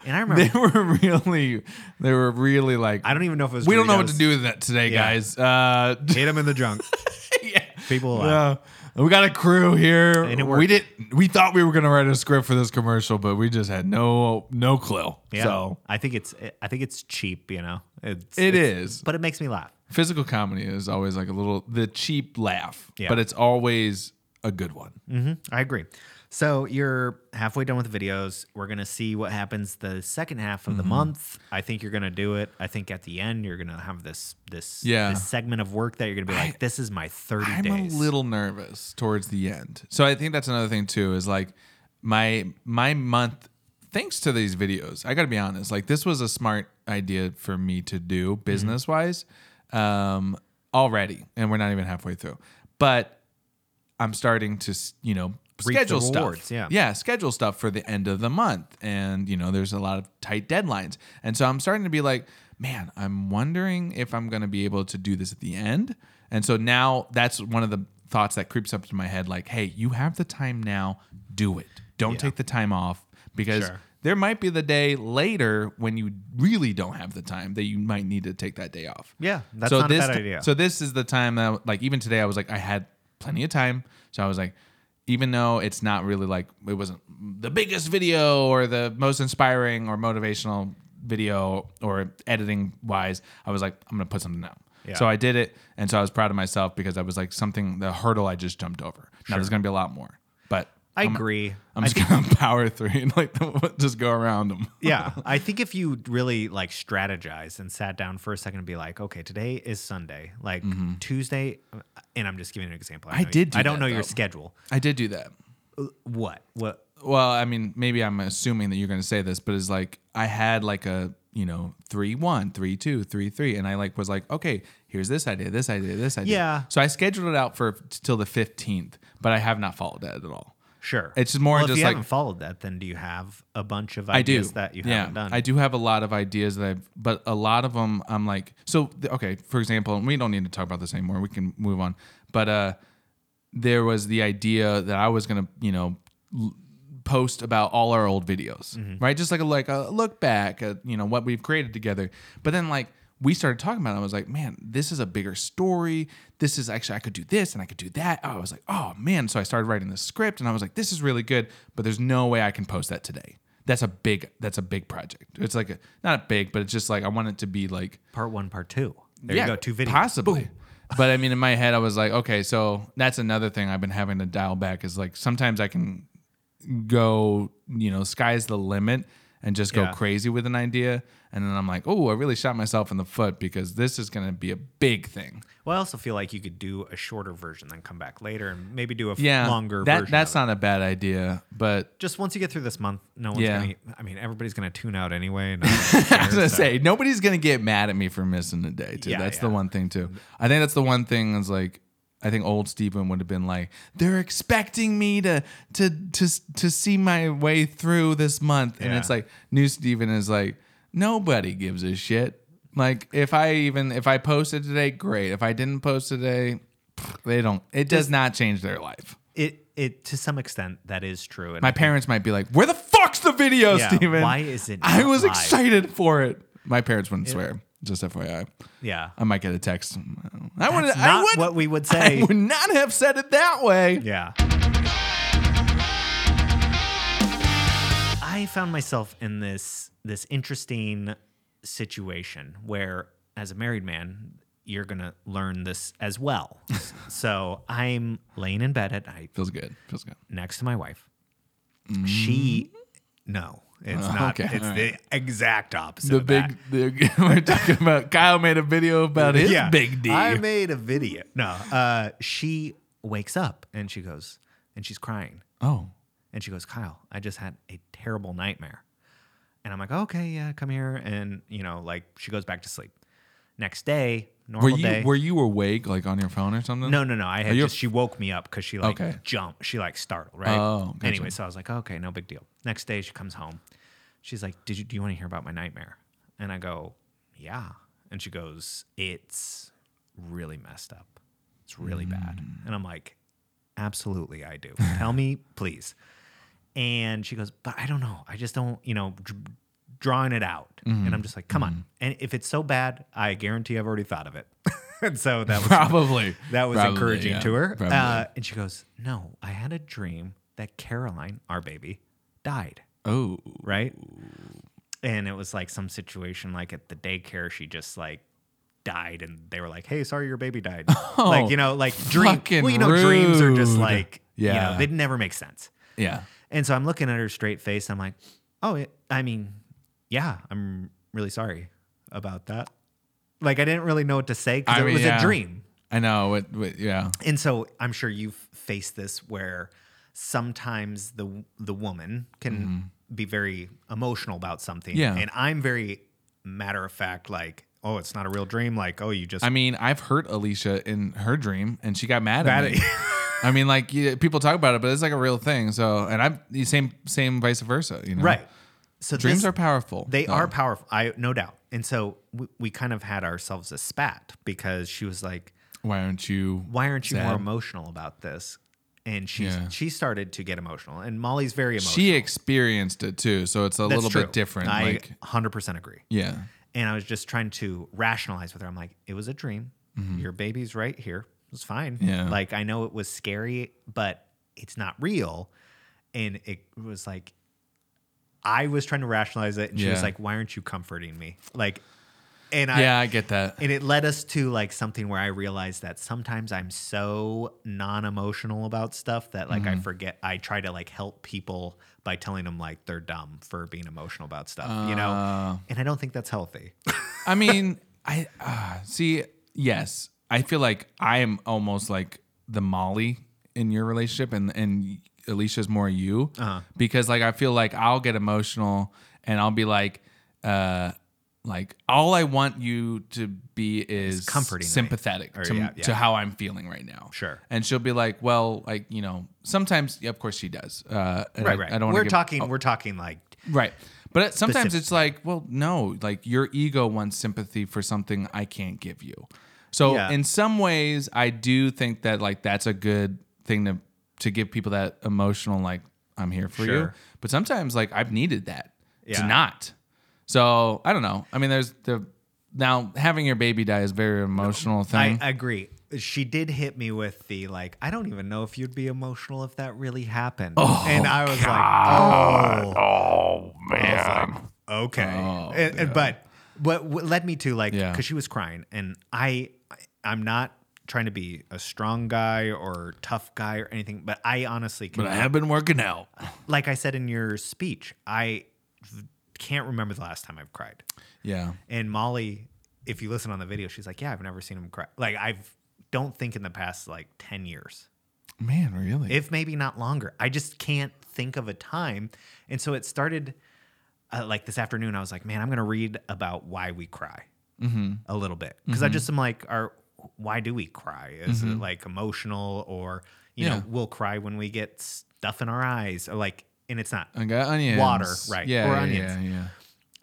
C: And I remember,
D: They were really, they were really like.
C: I don't even know if it was.
D: we don't know what
C: Doritos.
D: to do with that today,
C: Yeah.
D: guys. Uh,
C: Hit them in the junk.
D: yeah.
C: People, laugh.
D: Yeah. We got a crew here.
C: Uh, And it
D: we
C: worked.
D: did we thought we were gonna write a script for this commercial, but we just had no no clue.
C: yeah.
D: So
C: I think it's. I think it's cheap. You know, it's,
D: it
C: it's-
D: is.
C: but it makes me laugh.
D: Physical comedy is always like a little the cheap laugh,
C: Yeah.
D: but it's always a good one.
C: hmm I agree. So you're halfway done with the videos. We're gonna see what happens the second half of
D: Mm-hmm.
C: the month. I think you're gonna do it. I think at the end you're gonna have this this
D: Yeah.
C: this segment of work that you're gonna be like, this is my 30
D: I'm
C: days.
D: a little nervous towards the end. So I think that's another thing too is like my my month thanks to these videos. I got to be honest, like this was a smart idea for me to do business-wise um already and we're not even halfway through. But I'm starting to, s- you know,
C: the
D: schedule stuff.
C: rewards, yeah.
D: Yeah, schedule stuff for the end of the month. And, you know, there's a lot of tight deadlines. And so I'm starting to be like, man, I'm wondering if I'm going to be able to do this at the end. And so now that's one of the thoughts that creeps up to my head like, hey, you have the time now, do it. Don't take the time off because
C: Sure.
D: there might be the day later when you really don't have the time that you might need to take that day off.
C: Yeah, that's
D: so
C: not a
D: this
C: bad
D: ti-
C: idea.
D: So this is the time that, like, even today, I was like, I had plenty of time, so I was like, even though it's not really like it wasn't the biggest video or the most inspiring or motivational video or editing wise, I was like, I'm gonna put something out. So I did it, and so I was proud of myself because I was like something the hurdle I just jumped over. Now there's gonna be a lot more, but
C: I
D: I'm-
C: agree.
D: I'm just gonna power through and like just go around them.
C: yeah i think if you really like strategized and sat down for a second and be like okay today is sunday like tuesday and i'm just giving an example
D: Mm-hmm. I
C: know you-
D: did do
C: i don't
D: that,
C: know your
D: though.
C: schedule
D: I did do that.
C: what what
D: Well, I mean, maybe I'm assuming that you're going to say this, but it's like I had like a you know three one, three two, three three, and I like was like, okay, here's this idea, this idea, this idea.
C: Yeah.
D: So I scheduled it out for till the fifteenth, but I have not followed that at all.
C: sure
D: It's just more
C: well,
D: just
C: if you
D: like-
C: haven't followed that then do you have a bunch of
D: I do
C: ideas that you haven't done
D: I do have a lot of ideas that I've, but a lot of them I'm like, so th- okay, for example, and we don't need to talk about this anymore. We can move on. But uh, there was the idea that I was gonna, you know, l- post about all our old videos, right? Just like a like a look back, at, you know, what we've created together. But then like we started talking about it. I was like, man, this is a bigger story. This is actually I could do this and I could do that. Oh, I was like, oh man. So I started writing the script and I was like, this is really good, but there's no way I can post that today. That's a big that's a big project. It's like a, not big, but it's just like I want it to be like
C: part one part two there you go two videos
D: Possibly. But I mean, in my head, I was like, okay, so that's another thing I've been having to dial back is like sometimes I can go, you know, sky's the limit and just go
C: Yeah.
D: crazy with an idea. And then I'm like, oh, I really shot myself in the foot because this is going to be a big thing.
C: well i also feel like you could do a shorter version then come back later and maybe do a f-
D: Yeah.
C: longer
D: that,
C: version
D: That's
C: of it.
D: not a bad idea. But
C: just once you get through this month no one's
D: Yeah.
C: gonna e-, i mean everybody's gonna tune out anyway and I
D: I was gonna say nobody's gonna get mad at me for missing a day too.
C: Yeah,
D: that's
C: yeah.
D: the one thing too. I think that's the one thing is like I think old Stephen would have been like, they're expecting me to to to to see my way through this month, and
C: Yeah.
D: it's like new Stephen is like nobody gives a shit. Like if I even if I posted today, great. If I didn't post today, pfft, they don't. It does not change their life.
C: it it to some extent that is true and
D: My
C: I think-
D: parents might be like, where the fuck's the video,
C: Yeah,
D: Stephen?
C: why is it
D: I
C: not
D: was
C: live?"
D: excited for it. My parents wouldn't swear. Just FYI.
C: yeah
D: I might get a text. I would.
C: That's
D: I
C: not
D: would.
C: what we would
D: I
C: say.
D: would not have said it that way.
C: yeah. I found myself in this this interesting situation where as a married man, you're going to learn this as well. so, I'm laying in bed at night
D: Feels good. Feels good.
C: next to my wife. She no, it's not
D: Mm-hmm. Oh, okay,
C: it's
D: all
C: the exact opposite.
D: The
C: of that.
D: big. The, we're talking about. Kyle made a video about his big D.
C: I made a video. No, uh, she wakes up and she goes, and she's crying.
D: oh,
C: And she goes, Kyle, I just had a terrible nightmare. And I'm like, okay, yeah, come here. And, you know, like she goes back to sleep. Next day,
D: were
C: normal
D: you
C: day.
D: were you awake like on your phone or something?
C: no, no, no. I had
D: you-
C: just, she woke me up because she like
D: Okay.
C: jumped. She like startled, right?
D: Oh, gotcha.
C: Anyway, so I was like, okay, no big deal. Next day, she comes home. She's like, did you, do you want to hear about my nightmare? And I go, yeah. And she goes, it's really messed up. It's really
D: Hmm.
C: bad. And I'm like, absolutely, I do. Tell me, please. And she goes, but I don't know. I just don't, you know, dr- drawing it out.
D: Mm-hmm.
C: And I'm just like, come on. And if it's so bad, I guarantee I've already thought of it. and so that was
D: Probably.
C: that was
D: Probably,
C: encouraging
D: yeah.
C: to her.
D: Probably.
C: Uh, and she goes, No, I had a dream that Caroline, our baby, died,
D: oh.
C: right? And it was like some situation like at the daycare, she just like died and they were like, Hey, sorry your baby died. like, you know, like dream
D: Oh, fucking
C: well, you know, dreams are just
D: rude.
C: like you
D: Yeah.
C: know, they never make sense.
D: Oh, Yeah.
C: And so I'm looking at her straight face. I'm like, oh, it, I mean, yeah, I'm really sorry about that. Like, I didn't really know what to say because
D: I
C: it
D: mean,
C: was
D: yeah.
C: a dream.
D: I know. It, it- yeah.
C: And so I'm sure you've faced this where sometimes the the woman can be very emotional about something.
D: Mm-hmm. Yeah.
C: And I'm very matter of fact, like, oh, it's not a real dream. Like, oh, you just
D: I mean, I've hurt Alicia in her dream, and she got mad
C: Mad
D: at
C: at
D: me. I mean, like yeah, people talk about it, but it's like a real thing. So, and I'm the same, same vice versa. You know,
C: right. So
D: Dreams
C: this-
D: are powerful.
C: They
D: though.
C: are powerful. I no doubt. And so we, we kind of had ourselves a spat because she was like,
D: Why aren't you?
C: why aren't you more
D: Sad.
C: emotional about this? And she
D: Yeah.
C: she started to get emotional. And Molly's very emotional.
D: She experienced it too, so it's a
C: That's
D: little
C: true.
D: bit different.
C: I
D: like,
C: 100% agree.
D: yeah,
C: And I was just trying to rationalize with her. I'm like, it was a dream. Your baby's right here. It was fine.
D: Mm-hmm. Yeah.
C: Like I know it was scary, but it's not real. And it was like I was trying to rationalize it and she was
D: Yeah.
C: like, Why aren't you comforting me? Like and I
D: yeah, I get that.
C: and it led us to like something where I realized that sometimes I'm so non-emotional about stuff that like
D: Mm-hmm.
C: I forget I try to like help people by telling them like they're dumb for being emotional about stuff, you
D: Uh.
C: know? And I don't think that's healthy.
D: I mean, I uh, see. Yes, I feel like I am almost like the Molly in your relationship, and and Alicia's more you
C: Uh-huh.
D: because like I feel like I'll get emotional and I'll be like, uh, like all I want you to be is
C: comforting me.
D: sympathetic to,
C: yeah, yeah.
D: to how I'm feeling right now.
C: Sure.
D: And she'll be like, well, like you know, sometimes yeah, of course she does. Uh, and
C: Right, right.
D: I, I don't. wanna
C: we're
D: give-
C: talking we're talking like
D: Right. But it- sometimes it's like, well, no, like your ego wants sympathy for something I can't give you. So
C: Yeah.
D: in some ways, I do think that like that's a good thing to to give people that emotional like I'm here for you.
C: Sure.
D: But sometimes like I've needed that
C: Yeah.
D: to not. So I don't know. I mean, there's the now having your baby die is a very emotional
C: I
D: thing.
C: agree. She did hit me with the like, I don't even know if you'd be emotional if that really happened.
D: Oh,
C: and I was like, oh, man. okay. And- and- but what, what led me to like,
D: Oh, Yeah.
C: because she was crying, and I, I'm not trying to be a strong guy or tough guy or anything, but I honestly can
D: but I have been working out.
C: like I said in your speech, I v- can't remember the last time I've cried.
D: Yeah.
C: And Molly, if you listen on the video, she's like, "Yeah, I've never seen him cry. Like I've don't think in the past like 10 years.
D: Man, really?
C: If maybe not longer. I just can't think of a time." And so it started uh, like this afternoon I was like, "Man, I'm going to read about why we cry."
D: Mm-hmm.
C: A little bit. because I just am like, "Are why do we cry? Is it like emotional or, you
D: Yeah.
C: know, we'll cry when we get stuff in our eyes or like and it's not
D: I got onions.
C: Water, right,
D: Yeah.
C: or
D: yeah,
C: onions.
D: Yeah. yeah.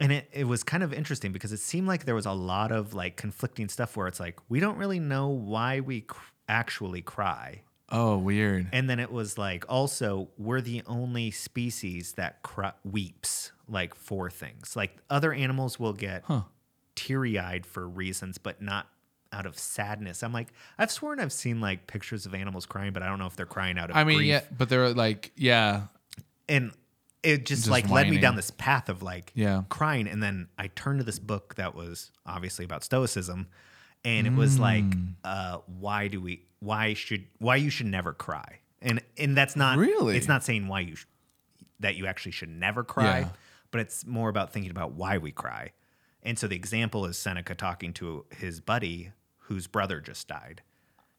C: and it, it was kind of interesting because it seemed like there was a lot of like conflicting stuff where it's like we don't really know why we cr- actually cry
D: Oh, weird.
C: and then it was like also we're the only species that cr- weeps like for things like other animals will get teary-eyed for reasons but not out of sadness i'm like i've sworn i've seen like pictures of animals crying but i don't know if they're crying out of
D: I mean,
C: grief.
D: yeah, but they're like, yeah,
C: and it just,
D: Just
C: like led me
D: whining.
C: down this path of like
D: Yeah.
C: crying and then i turned to this book that was obviously about stoicism and it was like
D: Mm.
C: uh, why do we why should why you should never cry and and that's not
D: Really?
C: it's not saying why you sh- that you actually should never cry
D: Yeah.
C: but it's more about thinking about why we cry and so the example is seneca talking to his buddy whose brother just died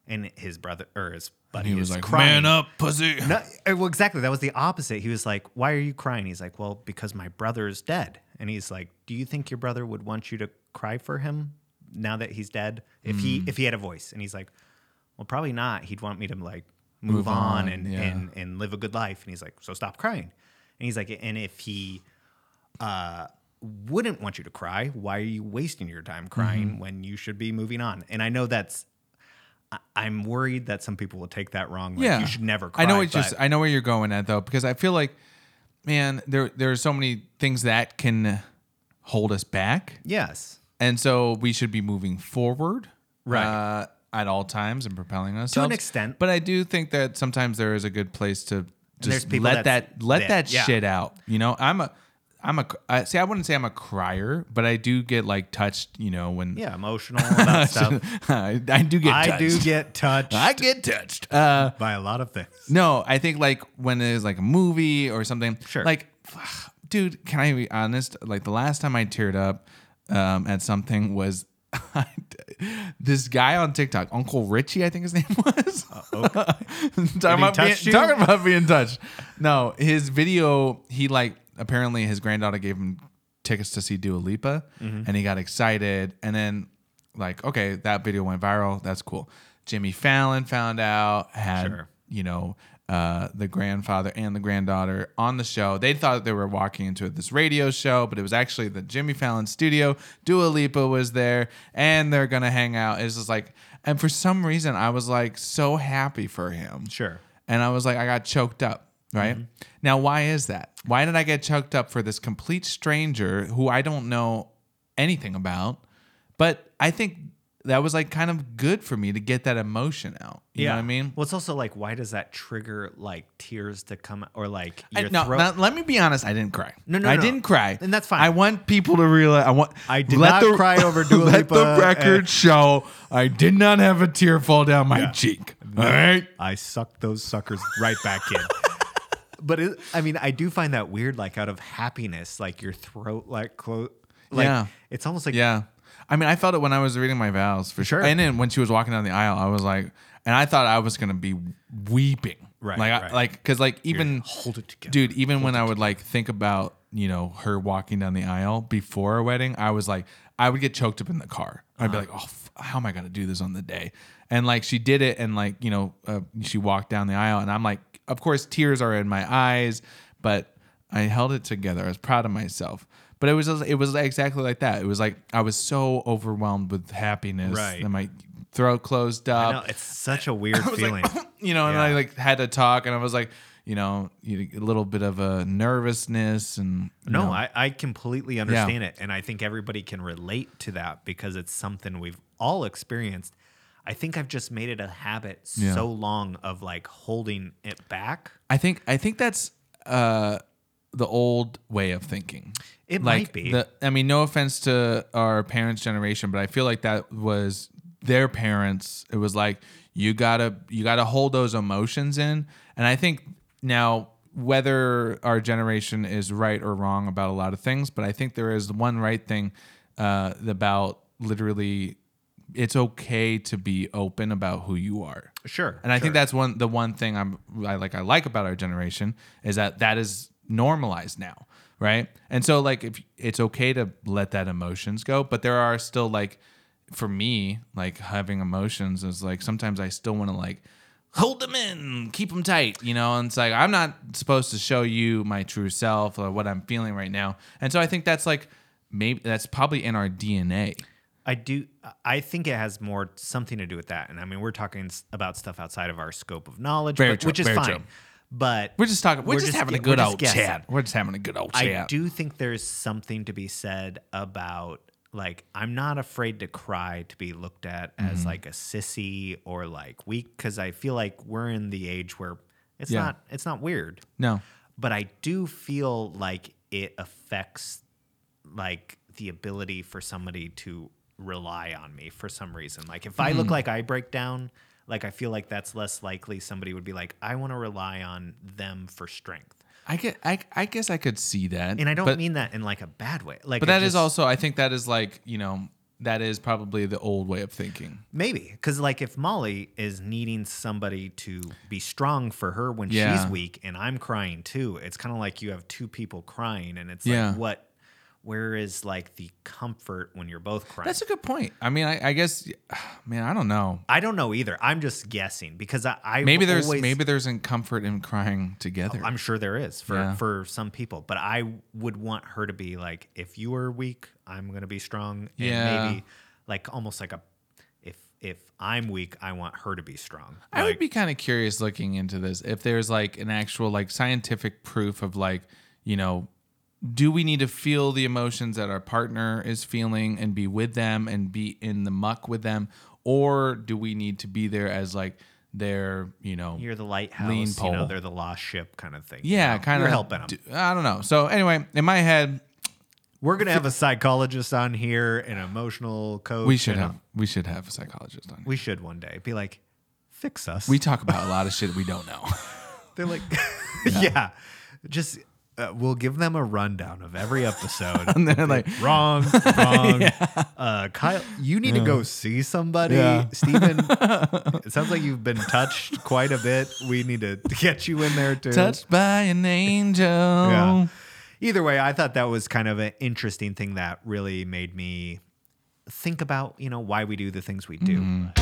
C: and his brother or his buddy
D: he
C: is
D: was like,
C: crying
D: man up, pussy.
C: no, uh, well, exactly. That was the opposite. He was like, "Why are you crying?" He's like, "Well, because my brother's dead." And he's like, "Do you think your brother would want you to cry for him now that he's dead? If he
D: Mm.
C: if he had a voice?" And he's like, "Well, probably not. He'd want me to like move,
D: Move
C: on,
D: on,
C: and,
D: yeah.
C: and and live a good life." And he's like, "So stop crying." And he's like, "And if he uh, wouldn't want you to cry, why are you wasting your time crying
D: Mm-hmm.
C: when you should be moving on?" And I know that's. I- I'm worried that some people will take that wrong. Like,
D: yeah,
C: you should never cry.
D: I know what you're,
C: but-
D: I know where you're going at though, because I feel like, man, there there are so many things that can hold us back,
C: Yes.
D: and so we should be moving forward,
C: Right.
D: Uh, at all times and propelling ourselves
C: extent.
D: But I do think that sometimes there is a good place to
C: there's
D: just
C: people
D: let
C: that's
D: that let
C: there,
D: that
C: yeah.
D: shit out. You know, I'm a I'm a I, see. I wouldn't say I'm a crier, but I do get like touched. You know, when
C: Yeah, emotional about stuff.
D: I, I do get
C: I
D: touched.
C: do get touched
D: I get touched. Uh,
C: by a lot of things.
D: no, I think like when there's like a movie or something.
C: Sure.
D: Like, dude, can I be honest? Like the last time I teared up um, at something was. this guy on TikTok, Uncle Richie, I think his name was.
C: Uh,
D: talking, about being,
C: touch you?
D: talking about being touched. No, his video, he like apparently his granddaughter gave him tickets to see Dua Lipa,
C: Mm-hmm.
D: and he got excited, and then like okay, that video went viral. That's cool. Jimmy Fallon found out had
C: Sure.
D: you know uh, the grandfather and the granddaughter on the show. They thought they were walking into this radio show, but it was actually the Jimmy Fallon studio. Dua Lipa was there, and they're gonna hang out. It's just like, and for some reason, I was like so happy for him.
C: Sure.
D: And I was like, I got choked up. Right now, why is that? Why did I get choked up for this complete stranger who I don't know anything about? But I think that was like kind of good for me to get that emotion out. You know what I mean?
C: Well, it's also like, why does that trigger like tears to come or like
D: I-
C: your
D: no,
C: throat?
D: no, let me be honest. I didn't cry.
C: No, no,
D: I
C: no.
D: didn't cry,
C: And that's fine.
D: I want people to realize. I want.
C: I did not cry over Dua
D: Let
C: Lipa
D: the record show. I did not have a tear fall down my cheek. All right.
C: I sucked those suckers right back in. But it, I mean, I do find that weird. Like out of happiness, like your throat, like close, like
D: Yeah.
C: it's almost like
D: Yeah. I mean, I felt it when I was reading my vows for
C: Sure.
D: sure. And then when she was walking down the aisle, I was like, and I thought I was gonna be weeping.
C: Right,
D: Like,
C: right.
D: I, like, cause like even
C: hold it together.
D: dude even when i would like think about you know her walking down the aisle before a wedding i was like i would get choked up in the car i'd
C: Uh-huh.
D: be like oh f- how am i going to do this on the day and like she did it and like you know uh, she walked down the aisle and i'm like of course tears are in my eyes but i held it together i was proud of myself but it was it was exactly like that it was like i was so overwhelmed with happiness
C: Right.
D: and my throat closed up
C: I know, it's such a weird feeling.
D: you know, and
C: Yeah.
D: I like had to talk, and I was like, you know, you- a little bit of a nervousness, and you
C: no,
D: know.
C: I, I completely understand it. And I think everybody can relate to that because it's something we've all experienced. I think I've just made it a habit
D: Yeah.
C: so long of like holding it back.
D: I think I think that's uh, the old way of thinking.
C: It might be.
D: The, I mean, no offense to our parents' generation, but I feel like that was their parents. It was like you gotta you gotta hold those emotions in, and I think now whether our generation is right or wrong about a lot of things, but I think there is one right thing uh, about literally it's okay to be open about who you are.
C: Sure.
D: And I think that's one the one thing I'm I like I like about our generation is that that is normalized now, right? And so like if it's okay to let that emotions go, but there are still like for me like having emotions is like sometimes I still want to like hold them in, keep them tight, you know. And it's like I'm not supposed to show you my true self or what I'm feeling right now. And so I think that's like maybe that's probably in our DNA.
C: I do. I think it has more something to do with that. And I mean, we're talking s- about stuff outside of our scope of knowledge,
D: Very
C: but-
D: true,
C: which is
D: very
C: fine.
D: true.
C: But
D: We're just talking. We're,
C: We're
D: just,
C: just
D: having
C: gu-
D: a good
C: we're just
D: old
C: guessing.
D: chat. We're just having a good old
C: I
D: chat.
C: do think there's something to be said about like I'm not afraid to cry to be looked at as like a sissy or like weak because I feel like we're in the age where it's
D: Yeah.
C: not it's not weird,
D: No.
C: but I do feel like it affects like the ability for somebody to rely on me for some reason. Like if I look like I break down, like I feel like that's less likely somebody would be like I want to rely on them for strength.
D: I get. I, I guess I could see that,
C: And I don't
D: but,
C: mean that in like a bad way. Like,
D: But
C: it
D: that is
C: just-
D: also. I think that is like you know that is probably the old way of thinking.
C: maybe because like if Molly is needing somebody to be strong for her when
D: Yeah.
C: she's weak, and I'm crying too, it's kind of like you have two people crying, and it's
D: Yeah.
C: like what, where is like the comfort when you're both crying?
D: That's a good point. I mean, I, I guess, man, I don't know.
C: I don't know either. I'm just guessing because I, I
D: Maybe there's
C: always- Oh,
D: maybe there's in comfort in crying together.
C: I'm sure there is for
D: Yeah.
C: for some people, but I would want her to be like, if you are weak, I'm gonna be strong. And
D: Yeah.
C: maybe like almost like a if if I'm weak, I want her to be strong.
D: I
C: Like,
D: would be kind of curious looking into this if there's like an actual like scientific proof of like, you know, do we need to feel the emotions that our partner is feeling and be with them and be in the muck with them or do we need to be there as like their, you know,
C: you're the lighthouse,
D: lean
C: you know,
D: pole.
C: they're the lost ship kind of thing. you
D: yeah,
C: know?
D: kind
C: You're
D: of
C: helping them.
D: I don't know. So anyway, in my head,
C: We're gonna have a psychologist on here, an emotional coach.
D: we should
C: and a-
D: have we should have a psychologist on. here.
C: we should one day be like, fix us.
D: We talk about a lot of shit we don't know.
C: They're like, yeah. just uh, we'll give them a rundown of every episode.
D: And they're like,
C: wrong, wrong. uh, Kyle, you need to go see somebody.
D: Yeah.
C: Steven, it sounds like you've been touched quite a bit. We need to get you in there too.
D: touched by an angel. Oh.
C: Yeah. Either way, I thought that was kind of an interesting thing that really made me think about, you know, why we do the things we do.
D: Mm-hmm.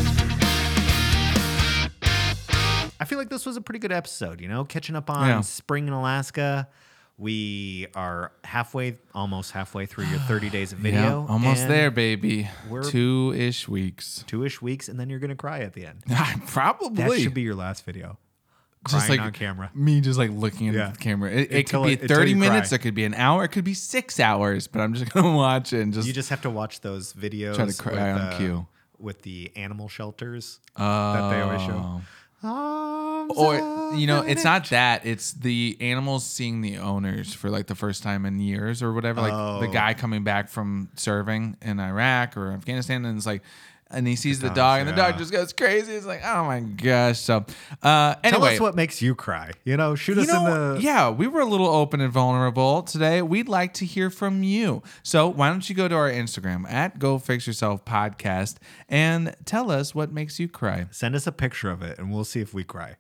C: I feel like this was a pretty good episode, you know, catching up on
D: Yeah.
C: spring in Alaska. We are halfway, almost halfway through your 30 days of video.
D: Yeah, almost
C: and
D: there, baby.
C: we're-
D: Two ish weeks.
C: Two-ish weeks, and then you're gonna cry at the end.
D: Probably.
C: That should be your last video.
D: just
C: crying
D: like
C: on camera.
D: Me just like looking at
C: Yeah.
D: the camera. It, it
C: Until
D: could be
C: it- until
D: 30
C: you
D: minutes.
C: cry.
D: It could be an hour. It could be six hours, but I'm just going to watch it and just,
C: You just have to watch those videos.
D: try to cry
C: with,
D: on
C: uh,
D: cue.
C: with the animal shelters that they always show. Arms
D: Oh. or you know
C: of
D: it's not that it's the animals seeing the owners for like the first time in years or whatever like the
C: Oh.
D: guy coming back from serving in iraq or afghanistan and it's like and he sees the, dog and the dog just goes crazy it's like oh my gosh so uh anyway
C: Tell us what makes you cry. You know, shoot us
D: you know,
C: in the.
D: yeah, we were a little open and vulnerable today. We'd like to hear from you. So why don't you go to our Instagram at Go Fix Yourself Podcast and tell us what makes you cry.
C: Send us a picture of it, and we'll see if we cry.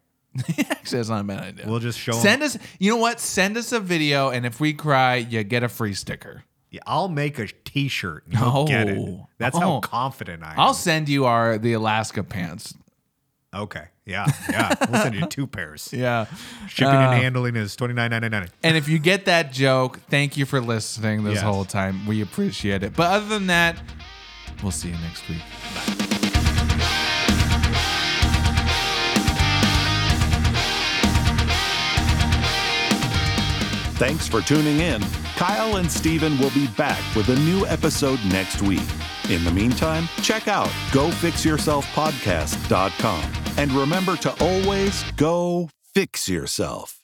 D: Actually, that's not a bad idea.
C: We'll just show 'em-
D: Send us. You know what? Send us a video, and if we cry, you get a free sticker.
C: Yeah, I'll make a T-shirt. And you'll get it.
D: Oh.
C: That's how
D: Oh.
C: confident I am.
D: I'll send you our the Alaska pants.
C: okay. Yeah. Yeah. we'll send you two pairs.
D: Yeah. Uh.
C: Shipping and handling is twenty nine ninety nine.
D: And if you get that joke, thank you for listening this
C: Yes.
D: whole time. We appreciate it. But other than that, we'll see you next week.
A: Thanks for tuning in. Kyle and Steven will be back with a new episode next week. In the meantime, check out gofixyourselfpodcast.com and remember to always go fix yourself.